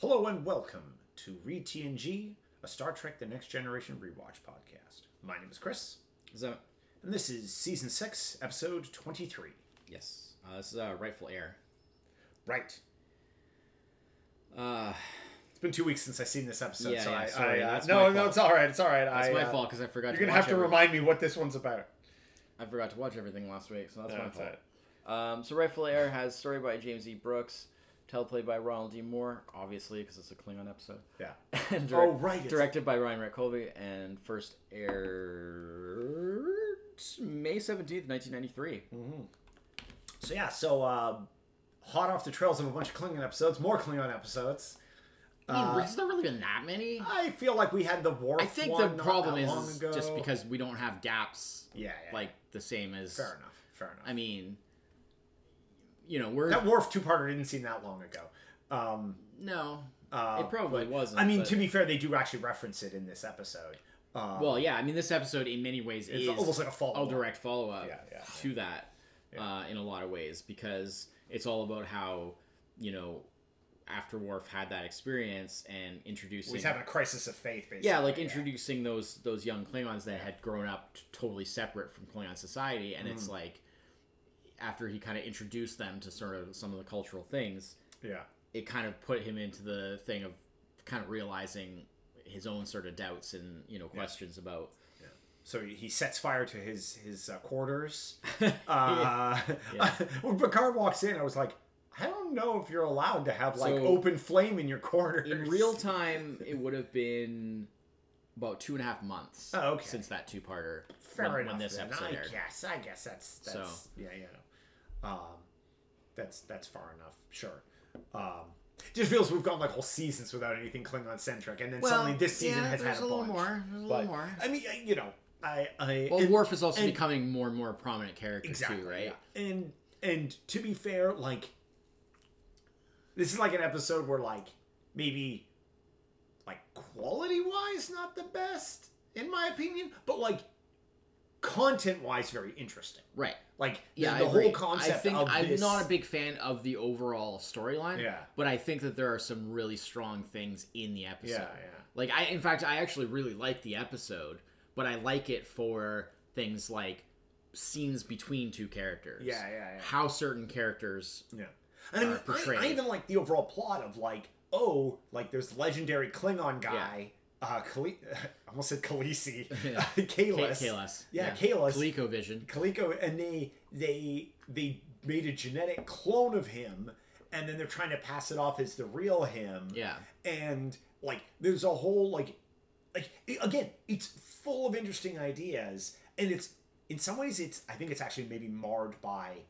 Hello and welcome to Read TNG, a Star Trek The Next Generation rewatch podcast. My name is Chris, Is that and this is Season 6, Episode 23. yes? Uh, this is uh, rightful heir. Right. Uh, It's been two weeks since I've seen this episode, Yeah, so yeah, I. sorry, I uh, that's no, my no, fault. it's alright, it's alright. that's I, my uh, fault because I forgot. You're to going to watch have to every- remind me what this one's about. I forgot to watch everything last week, so that's No, my it's fault. alright. Um, so rightful heir has story by James E. Brooks, teleplay by Ronald D. Moore, obviously because it's a Klingon episode. Yeah. and Oh, right, it's- Directed by Ryan Rhett Colby and first aired May seventeenth, nineteen ninety three. Mm. So, yeah, so uh, hot off the trails of a bunch of Klingon episodes, more Klingon episodes. Uh, has there really been that many? I feel like we had the war. I think the problem is is just because we don't have gaps Yeah, yeah. like the same as Fair enough. Fair enough. I mean, you know, we're that Worf two parter didn't seem that long ago. Um, no. uh, It probably wasn't, I mean, but- to be fair, they do actually reference it in this episode. Um, Well, yeah. I mean, this episode in many ways it's is almost like a follow. a direct follow up Yeah, yeah. to that uh, in a lot of ways because it's all about how you know after Worf had that experience and introducing He's having a crisis of faith, basically. yeah, like introducing those those young Klingons that had grown up t- totally separate from Klingon society, and Mm. it's like after he kind of introduced them to sort of some of the cultural things, Yeah. it kind of put him into the thing of kind of realizing his own sort of doubts and you know questions about So he he sets fire to his his uh, quarters. Uh, Yeah. when Picard walks in, I was like, I don't know if you're allowed to have like So- open flame in your quarters. in real time it would have been about two and a half months Oh, okay. since that two-parter fair when, enough. when this then. episode I aired. guess. I guess that's that's So- yeah, you know, um, that's that's far enough. Sure. Um, just feels we've gone like whole seasons without anything Klingon centric, and then suddenly this season yeah, has there's had a, a little bunch. more there's a But, little more I mean, I- you know, I, I well and- Worf is also and- becoming more and more a prominent character exactly too right yeah. And and to be fair, like this is like an episode where like maybe like quality wise not the best in my opinion, but like content wise very interesting. right Like yeah the, I the agree. whole concept I think of I'm this. not a big fan of the overall storyline Yeah. but I think that there are some really strong things in the episode yeah, yeah, Like I in fact I actually really like the episode, but I like it for things like scenes between two characters. Yeah, yeah, yeah. How certain characters yeah. And I, mean, I- I, Uh, portrayed. even like the overall plot of like oh like there's legendary Klingon guy. Uh, Khale- I almost said Khaleesi. Yeah. Kalis. Kalas. Yeah, Kalas. ColecoVision. Coleco, and they they they made a genetic clone of him, and then they're trying to pass it off as the real him. Yeah. and like there's a whole like like i- again, it's full of interesting ideas, and it's in some ways it's I think it's actually maybe marred by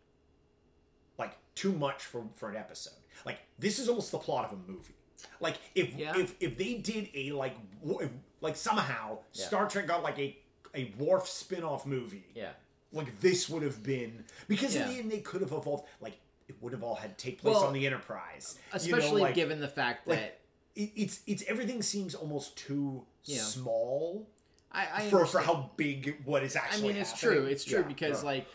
like too much for for an episode. Like this is almost the plot of a movie. Like if Yeah. if if they did a like w- if, like somehow Yeah. Star Trek got like a a Worf spin-off movie Yeah. like this would have been because in the Yeah. end they could have evolved like it would have all had take place Well, on the enterprise You know, Especially like, given the fact that it, it's it's everything seems almost too Yeah. small I, I for, for understand- how big what is I actually mean it's happening. true. It's true Yeah, because right. like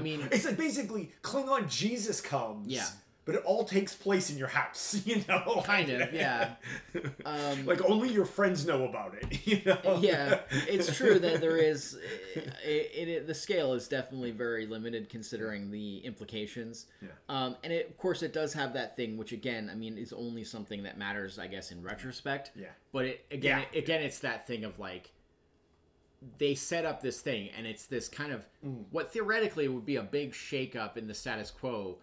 mean it's like basically Klingon Jesus comes Yeah. but it all takes place in your house you know kind of, yeah. Um like only your friends know about it you know yeah, it's true that there is. It, it, it, the scale is definitely very limited considering the implications. Yeah. Um, and it, of course, it does have that thing, which again, I mean, is only something that matters, I guess, in retrospect. Yeah. But it, again, Yeah. it- again, it's that thing of like they set up this thing, and it's this kind of Mm. what theoretically would be a big shakeup in the status quo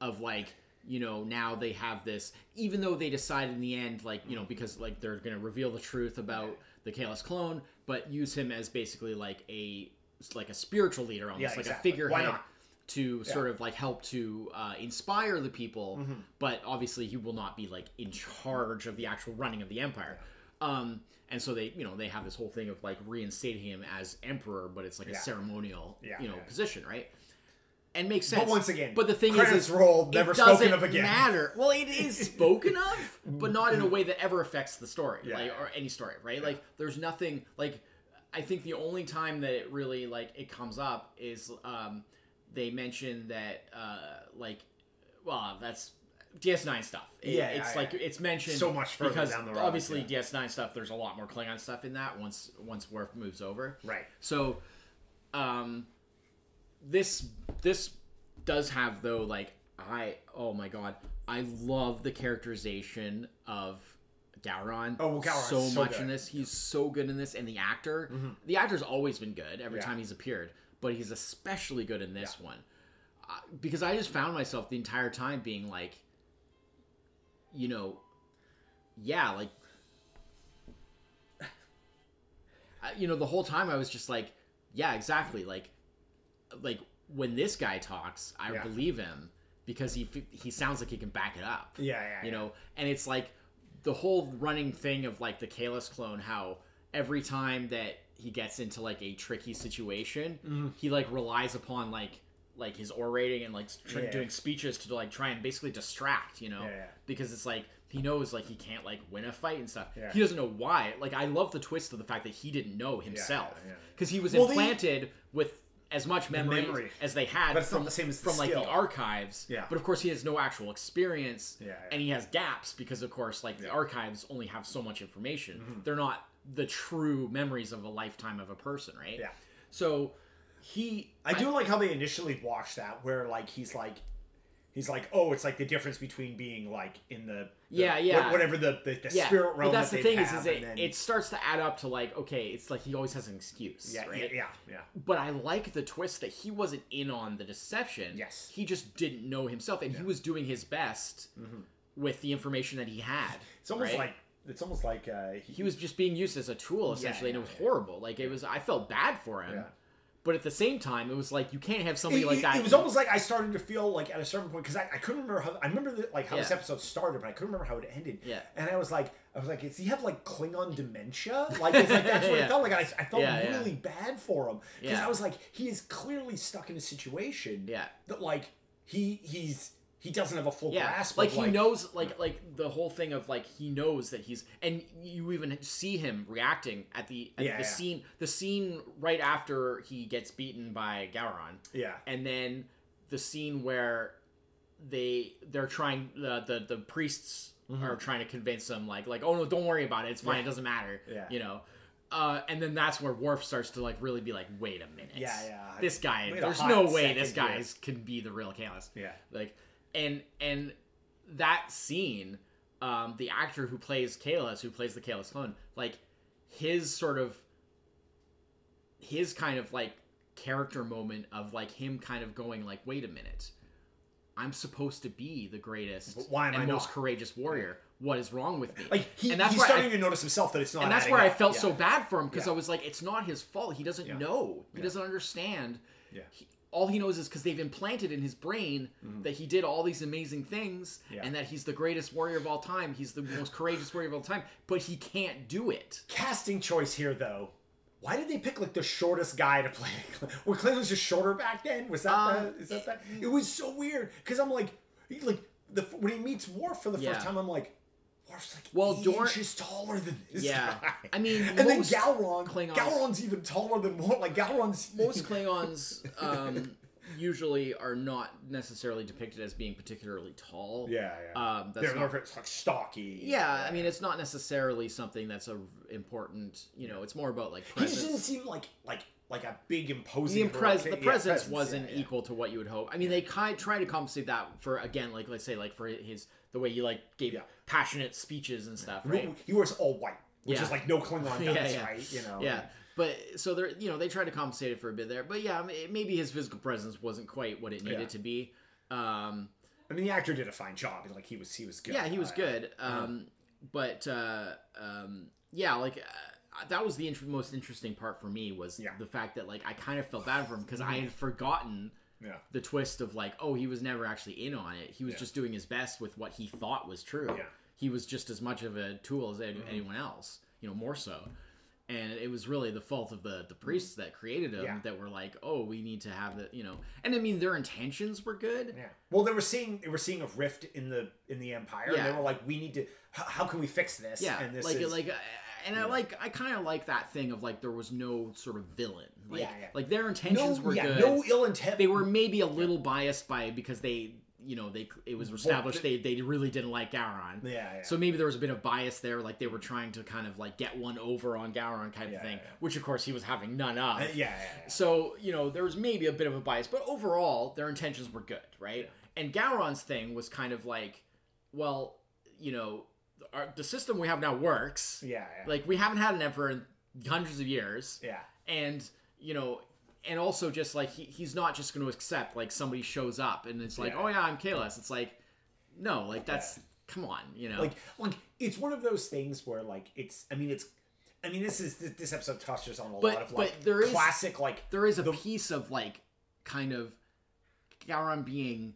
of like you know now they have this even though they decide in the end like you know Mm-hmm. because like they're going to reveal the truth about the Kalos clone but use him as basically like a like a spiritual leader almost Yeah, like exactly. a Why figurehead not? to sort of like help to uh, inspire the people Mm-hmm. but obviously he will not be like in charge of the actual running of the empire um and so they you know they have this whole thing of like reinstating him as emperor but it's like Yeah. a ceremonial Yeah, you know yeah. position right and makes sense but once again but the thing is, credits is rolled never it spoken doesn't of again Matter. Well, it is spoken of, but not in a way that ever affects the story, Yeah. like or any story, right? Like there's nothing like I think the only time that it really like it comes up is um they mention that uh like well that's DS9 stuff. It- Yeah, it's yeah, like yeah. it's mentioned So much further because down the road, Obviously, yeah. DS9 stuff. There's a lot more Klingon stuff in that once once Worf moves over. Right. So, um, this this does have though like I oh my god I love the characterization of Gowron. Oh, well, Gowron's so, so much good. Mm-hmm. in this. He's so good in this, and the actor the actor's always been good every Yeah. time he's appeared, but he's especially good in this one I, because I just found myself the entire time being like, you know, yeah, like I- you know the whole time i was just like yeah exactly like like when this guy talks i Yeah. believe him because he f- he sounds like he can back it up Yeah, yeah, you yeah. know and it's like the whole running thing of like the Kalis clone how every time that he gets into like a tricky situation he like relies upon like like his orating and like tr- Yeah. doing speeches to like try and basically distract you know Yeah, yeah. because it's like he knows like he can't like win a fight and stuff Yeah. he doesn't know why like i love the twist of the fact that he didn't know himself yeah, yeah. because he was Well, they- implanted with as much memory, memory. as they had But it's from not the same as the from like the skill. archives Yeah. but of course he has no actual experience Yeah, yeah. and he has gaps because of course like the archives only have so much information Mm-hmm. they're not the true memories of a lifetime of a person right Yeah. so he I do like how they initially watch that, where like he's like, he's like, oh, it's like the difference between being like in the, the- Yeah, yeah. wha- whatever the the, the spirit realm. But that's that the they thing is, have, is and it, then- it starts to add up to like, okay, it's like he always has an excuse, yeah, right? yeah, yeah, yeah. But I like the twist that he wasn't in on the deception. Yes. he just didn't know himself, and he was doing his best with the information that he had. Mm-hmm. It's almost right? like it's almost like uh, he, he was just being used as a tool essentially, yeah, and it was horrible. Like it was, I felt bad for him. Yeah. But at the same time, it was like you can't have somebody it, like it- that. it was almost like I started to feel like at a certain point because I, I couldn't remember how I remember that, like how this Yeah. episode started, but I couldn't remember how it ended. Yeah. and I was like, I was like, does he have like Klingon dementia? Like, it's like that's what Yeah. it felt like. I, I felt Yeah, yeah. really bad for him because Yeah. I was like, he is clearly stuck in a situation. Yeah. that like he he's he doesn't have a full yeah, grasp. like of, he knows, like like the whole thing of like he knows that he's, and you even see him reacting at the at Yeah, the yeah. scene, the scene right after he gets beaten by Gowron, Yeah, and then the scene where they they're trying the the, the priests are trying to convince him like like oh no don't worry about it it's fine it doesn't matter Mm-hmm. Yeah. you know uh, and then that's where Worf starts to like really be like wait a minute Yeah, yeah. this guy Wait a there's hot no way this second guy here." is- can be the real Kalis yeah, like and and that scene um the actor who plays Kalis who plays the Kalis clone like his sort of his kind of like character moment of like him kind of going like wait a minute I'm supposed to be the greatest But why am and I most not? courage courageous warrior what is wrong with me like he, and that's he's why starting I, to notice himself that it's not. and that's adding where I up. felt Yeah. so bad for him because Yeah. I was like it's not his fault he doesn't know he doesn't understand Yeah. Mm-hmm. he- all he knows is because they've implanted in his brain that he did all these amazing things Yeah. and that he's the greatest warrior of all time. He's the most courageous warrior of all time, but he can't do it. casting choice here though. Why did they pick like the shortest guy to play? Were Clemens just shorter back then? Was that Um, the, is that that? It was so weird because I'm like, he- like the when he meets Worf for the Yeah. first time, I'm like, Worf's like Well, eight Dor- inches taller than this Yeah. guy. I mean, and then most Galron, Klingons- Galron's even taller than Worf. Like Galron's Most Klingons um, usually are not necessarily depicted as being particularly tall. yeah, yeah. Um, that's They're not- it's like stocky. yeah, I mean, it's not necessarily something that's a important. You know, it's more about like he just presence. didn't seem like like like a big imposing. the impres- hurricane- the yeah, presence presence, wasn't yeah, yeah. equal to what you would hope. I mean, they kind try to compensate that for again, like let's say, like for his the way he like gave Yeah. passionate speeches and stuff, right? He wears all white, which Yeah. is like no Klingon Yeah, does, yeah. right? You know. Yeah, but so they're you know they try to compensate it for a bit there, but yeah, I mean, maybe his physical presence wasn't quite what it needed Yeah. to be. Um, I mean, the actor did a fine job. Like he was, he was good. yeah, he was Uh, good, um, but uh, um, yeah, like. Uh, that was the int- most interesting part for me was Yeah. Mm-hmm. the fact that like I kind of felt bad for him because I had forgotten Yeah, the twist of like, oh, he was never actually in on it. He was Yeah. just doing his best with what he thought was true. Yeah. Mm-hmm. He was just as much of a tool as any- anyone else, you know, more so. And it was really the fault of the the priests that created him Yeah. that were like, oh, we need to have the, you know, and I mean their intentions were good. yeah. Well, they were seeing they were seeing a rift in the in the empire. and Yeah. They were like, we need to. h- How can we fix this? Yeah, and this like is, like, uh, and I like I kind of like that thing of like there was no sort of villain. Like, Yeah, yeah. like their no, intentions were yeah, good. no ill intent. they were maybe a little biased by it because they you know they it was established they, they really didn't like Gowron. Yeah, yeah. So maybe there was a bit of bias there, like they were trying to kind of like get one over on Gowron kind Yeah, of thing, yeah, yeah. which of course he was having none of. Uh, yeah, yeah, yeah. So, you know, there was maybe a bit of a bias, but overall, their intentions were good, right? And Gowron's thing was kind of like, well, you know, our, the system we have now works. Yeah, yeah. Like, we haven't had an emperor in hundreds of years. yeah. And, you know, and also just like, he, he's not just going to accept, like, somebody shows up and it's like, Yeah. oh, yeah, I'm Kalos. It's like, no, like, that's, come on, you know? like like it's one of those things where like it's i mean it's i mean this is this, this episode touches on a But- lot of but like there is- classic like there is a piece of, like, kind of Gowron being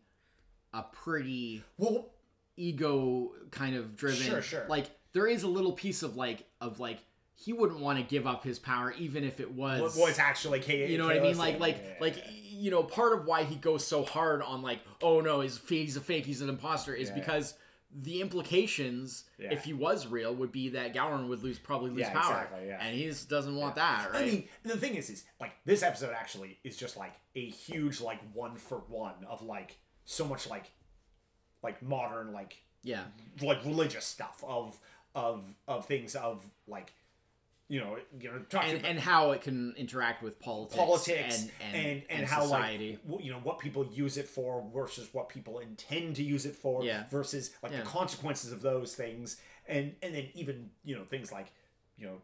a pretty well ego kind of driven. Sure, sure. Like there is a little piece of like of like he wouldn't want to give up his power even if it was what was actually K- you know what I mean? KOC. Like like Yeah, like you know part of why he goes so hard on like oh no he's fake he's a fake he's an imposter is Yeah, yeah. because the implications Yeah. if he was real would be that Gowron would lose probably lose Yeah, power exactly, yeah. and he just doesn't want that right I mean, the thing is, is like this episode actually is just like a huge like one for one of like so much like like modern like yeah like religious stuff of of of things of like you know you know talking and about and how it can interact with politics politics and and, and, how society like w- you know what people use it for versus what people intend to use it for Yeah. versus like Yeah. the consequences of those things and and then even you know things like you know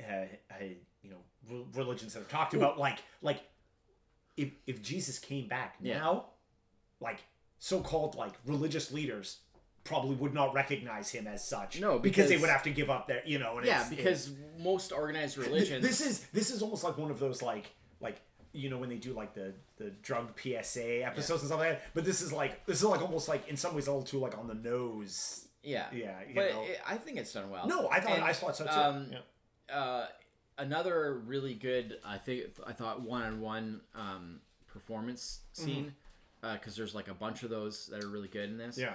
uh, uh, you know re- religions that are talked about like like if if Jesus came back Yeah. now like so-called like religious leaders probably would not recognize him as such No, because, they because- would have to give up their you know and yeah it's- it's- because most organized Th- religions This is this is almost like one of those like like you know when they do like the the drug PSA episodes and stuff like that. But this is like this is like almost like in some ways a little too like on the nose. Yeah. Yeah, you but know. it, I think it's done well. No, I thought And, I thought so too. um, yeah. Uh, another really good, I think I thought one-on-one um, performance scene because there's like a bunch of those that are really good in this. Mm-hmm. yeah,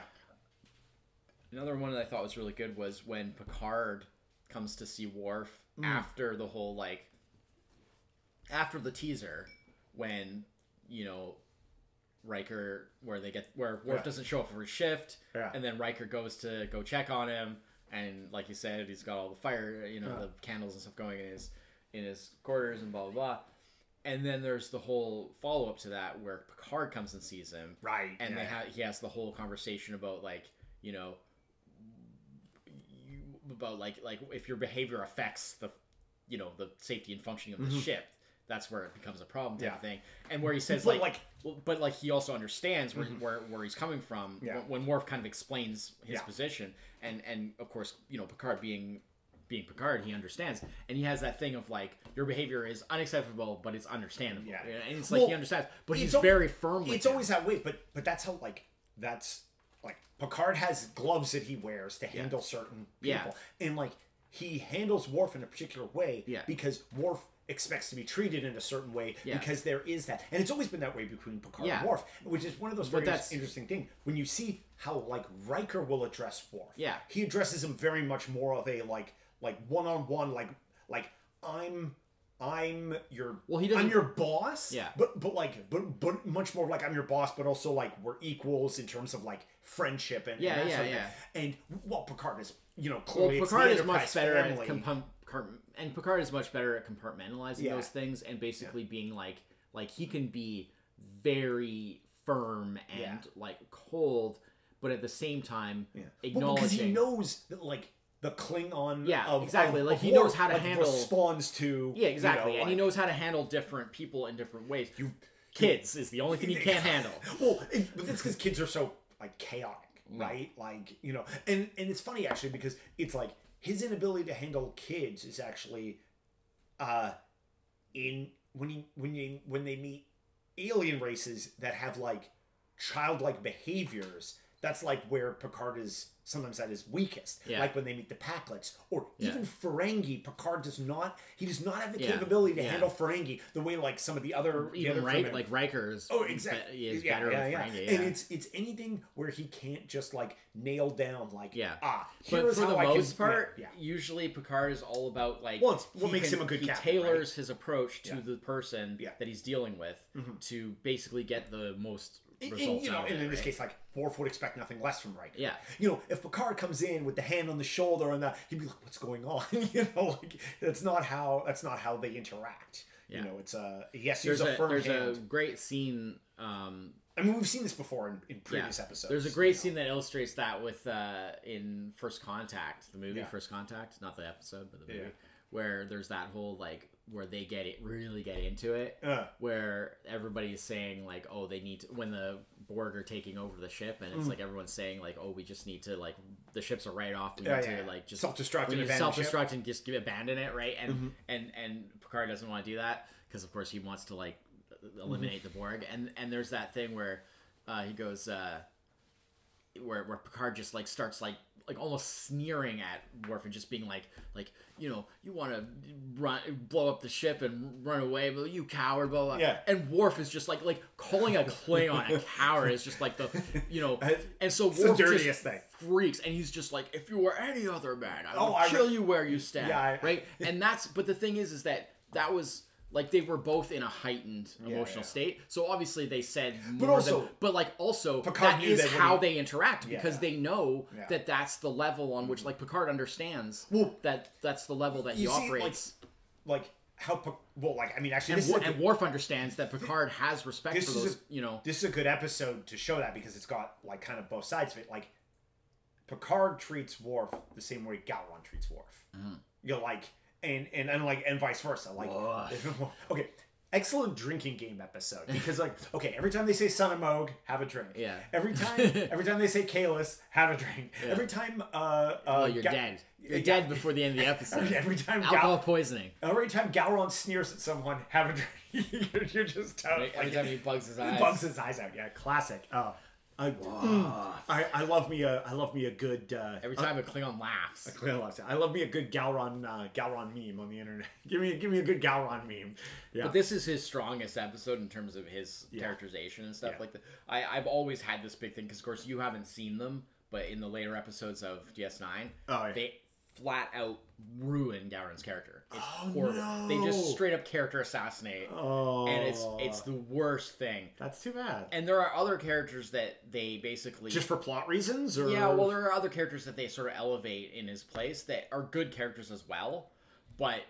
Another one that I thought was really good was when Picard comes to see Worf Mm. after the whole like after the teaser when you know Riker where they get where Worf Yeah. doesn't show up for his shift Yeah. and then Riker goes to go check on him and like you said he's got all the fire you know Yeah. the candles and stuff going in his in his quarters and blah blah blah and then there's the whole follow up to that where Picard comes and sees him right. and yeah. they ha- he has the whole conversation about like you know you, about like like if your behavior affects the you know the safety and functioning of the ship that's where it becomes a problem type Mm-hmm. Yeah. of thing and where he says But, Mm-hmm. like, well, but like he also understands where, where, where he's coming from Yeah. when, when Worf kind of explains his Yeah. position and and of course you know Picard being being Picard he understands and he has that thing of like your behavior is unacceptable but it's understandable Yeah. and it's like Well, he understands but it's he's al- very firm with it's him. always that way. But but that's how like that's like Picard has gloves that he wears to handle certain Yeah. people, and like he handles Worf in a particular way Yeah. because Worf expects to be treated in a certain way Yeah. because there is that, and it's always been that way between Picard Yeah. and Worf, which is one of those very that's- interesting thing when you see how like Riker will address Worf. Yeah. he addresses him very much more of a like like one on one like like I'm. I'm your Well, he I'm doesn't- your boss. Yeah. But but like but but much more like I'm your boss, but also like we're equals in terms of like friendship and Yeah, and that yeah, sort of thing. yeah. And well, Picard is you know Well, clearly it's the Picard is much Enterprise better family. at compom- car- and Picard is much better at compartmentalizing Yeah. those things and basically being like like he can be very firm and Yeah. like cold, but at the same time yeah. Well, because he acknowledging knows that like the Klingon. Yeah, of, exactly. of- Like, of he knows Worf, how to like, handle- responds to yeah exactly, You know, and he like- knows how to handle different people in different ways. You kids is the only thing he can't handle. well, it, but that's because kids are so like chaotic, Mm. right? Like you know, and and it's funny actually because it's like his inability to handle kids is actually, uh, in when he when you when they meet alien races that have like childlike behaviors. That's like where Picard is sometimes at his weakest. Yeah. Like when they meet the Packlets or Yeah. even Ferengi, Picard does not he does not have the Yeah. capability to Yeah. handle Ferengi the way like some of the other the Even other right, Fremen- like Riker is Oh, exactly. be- is yeah, better yeah, with yeah. Ferengi, And yeah. it's it's anything where he can't just like nail down like Yeah. ah. But here's for the how I can- most part, yeah, usually Picard is all about like Well, it's what he makes him a good He captain, right? tailors his approach to the person Yeah. Mm-hmm. that he's dealing with to basically get the most And, and, results you know, out of and it, in this right? case, like Worf would expect nothing less from Riker. Yeah. You know, if Picard comes in with the hand on the shoulder and that, he'd be like, "What's going on?" you know, like that's not how that's not how they interact. Yeah. You know, it's a yes, there's there's a, a firm there's a hand. great scene um I mean, we've seen this before in, in yeah. previous episodes. there's a great you scene that illustrates that with uh in first contact the movie Yeah. first contact not the episode but the movie Yeah. where there's that whole like where they get it really get into it know. Uh, where everybody's saying like oh they need to, when the borg are taking over the ship and Mm. it's like everyone's saying like oh we just need to like the ships are right off we need Yeah, to yeah. like just Self-destruct and we need to abandon ship. Mm-hmm. self-destruct and just give, abandon it right and and and picard doesn't want to do that because of course he wants to like eliminate Mm-hmm. the borg and and there's that thing where uh he goes uh where, where Picard just like starts like like almost sneering at Worf and just being like like you know you want to run blow up the ship and run away but you coward blah blah Yeah. and Worf is just like like calling a Klingon a coward is just like the you know and so the Worf dirtiest just thing. freaks and he's just like if you were any other man I would Oh, I kill re- you where you stand Yeah, I- right and that's but the thing is is that that was like they were both in a heightened emotional yeah. state so obviously they said more also- than, but like also Picard that knew is that when how he- they interact because Yeah. they know Yeah. Mm-hmm. that that's the level on which like Picard understands Well, that that's the level that he you see, operates like how Pic- well, like I mean, actually, this and, Wor- is a and good, Worf understands that Picard has respect this for is those a- you know this is a good episode to show that because it's got like kind of both sides of it. Like Picard treats Worf the same way Galwan treats Worf. Mm. You're like, and and and like, and vice versa. Like, okay, excellent drinking game episode because like, okay, every time they say Son of Moog, have a drink. Yeah. Every time, every time they say Kalis, have a drink. Every time, uh, uh oh you're Ga- dead you're yeah. dead before the end of the episode Every time alcohol Gal- poisoning Every time Gowron sneers at someone, have a drink. you're, you're just out. every like, time he bugs his eyes bugs his eyes out. Yeah, classic. Oh, I, mm, I, I love me a, I love me a good. Uh, every time a Klingon laughs I love I love me a good Gowron, uh, Gowron meme on the internet. give me, give me a good Gowron meme. Yeah, But this is his strongest episode in terms of his characterization and stuff Yeah. like that. I, I've always had this big thing because, of course, you haven't seen them, but in the later episodes of DS9, Oh, yeah. they flat out ruin Gowron's character. It's Oh, horrible. They no. just straight up character assassinate, oh, and it's it's the worst thing. that's too bad. And there are other characters that they basically Just for plot reasons, or yeah, well, there are other characters that they sort of elevate in his place that are good characters as well, but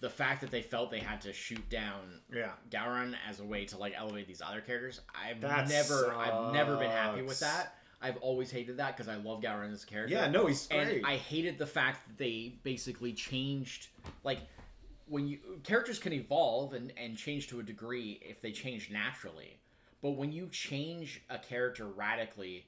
the fact that they felt they had to shoot down yeah, Gowron as a way to like elevate these other characters, I've That never, I've never been happy with sucks. that. I've always hated that because I love Gowron as a character. yeah. No, he's and great. I hated the fact that they basically changed like when you characters can evolve and and change to a degree if they change naturally. But when you change a character radically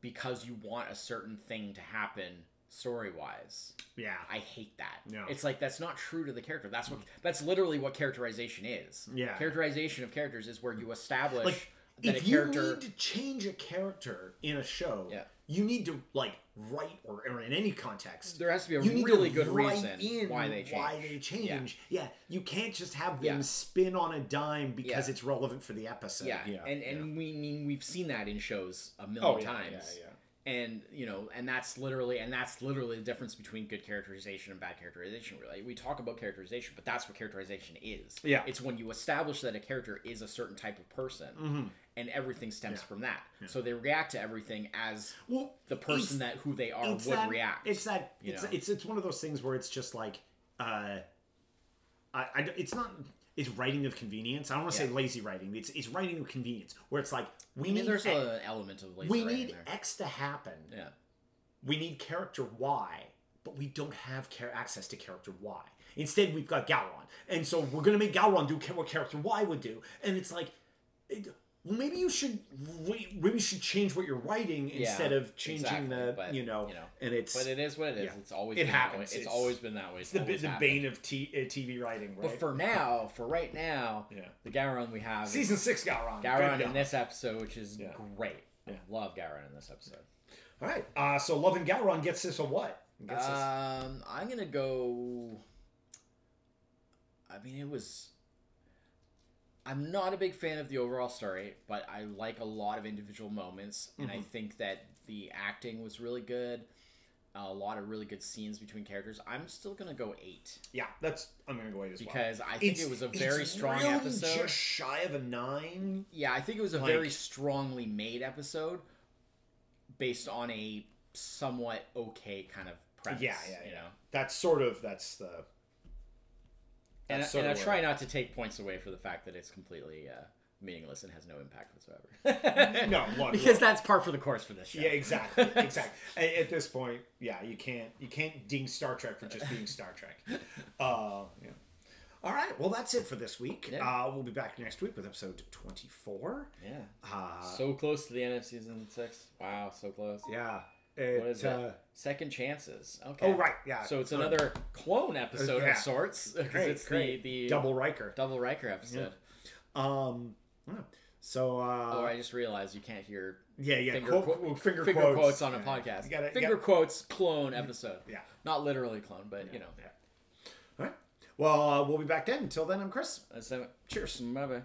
because you want a certain thing to happen story-wise, yeah, I hate that. No. It's like that's not true to the character. That's what that's literally what characterization is. Yeah. Characterization of characters is where you establish Like, that if a character you need to change a character in a show, Yeah. you need to like write or, or in any context, there has to be a you need really to good write reason in why they change. Why they change? Yeah, you can't just have them Yeah. spin on a dime because Yeah. it's relevant for the episode. Yeah, Oh, and and we mean we've seen that in shows a Oh, million times. And you know, and that's literally and that's literally the difference between good characterization and bad characterization. Really, we talk about characterization, but that's what characterization is. Yeah. it's when you establish that a character is a certain type of person, Mm-hmm. and everything stems from that. So they react to everything as Well, the person that who they are would that, react. It's that you it's, know? it's it's one of those things where it's just like, uh, I, I d- it's not it's writing of convenience. I don't want to say Yeah. lazy writing. It's it's writing of convenience where it's like we I mean, need there's X- an element of lazy we writing need there. X to happen. yeah, we need character Y, but we don't have char- access to character Y. Instead, we've got Gowron, and so we're gonna make Gowron do ca- what character Y would do, and it's like, it, well, maybe you should re- maybe you should change what you're writing instead of changing exactly, the but, you know, you know, and it's but it is what it is. yeah. It's always It been that way. happens. It's, It's- always been that way. It's the, always the happened. bane of t- uh, TV writing, right? But for now, for right now, Yeah. the Gowron we have is Season six Gowron. Gowron Good in this episode, which is Yeah. great. Yeah. I love Gowron in this episode. All right, uh, so Love and Gowron gets this a what? Gets this- Um, I'm gonna go. I mean, it was. I'm not a big fan of the overall story, but I Mm-hmm. like a lot of individual moments, and I think that the acting was really good. a lot of really good scenes between characters. I'm still gonna go eight Yeah, that's I'm gonna go eight as well. because I think it was a very it's strong really episode. Just shy of a nine. Yeah, I think it was a Like- very strongly made episode based on a somewhat okay kind of premise. Yeah, yeah, You yeah. know? That's sort of that's the. And, I, That's and I sort of try not to take points away for the fact that it's completely uh, meaningless and has no impact whatsoever. No, look, because look. that's par for the course for this show. Yeah, exactly, exactly. A- At this point, yeah, you can't you can't ding Star Trek for just being Star Trek. Uh, yeah. All right, well that's it for this week. Yeah. Uh, we'll be back next week with episode twenty four. Yeah. Uh, so close to the end of season six. Wow, so close. yeah, it, What is uh, that? Second chances. Okay. Oh right, yeah. Oh, So it's another clone episode yeah. of sorts because Great, it's great. the the double Riker. double Riker episode. Um, yeah. so uh, oh, I just realized you can't hear yeah, yeah. finger quote- qu- finger, finger quotes. quotes, on a Yeah, podcast. You gotta, you finger gotta- Mm-hmm. quotes clone episode. yeah. Not literally clone, but you know. Yeah. All right. Well, uh, we'll be back then. Until then, I'm Chris. That's it. Cheers. Bye bye.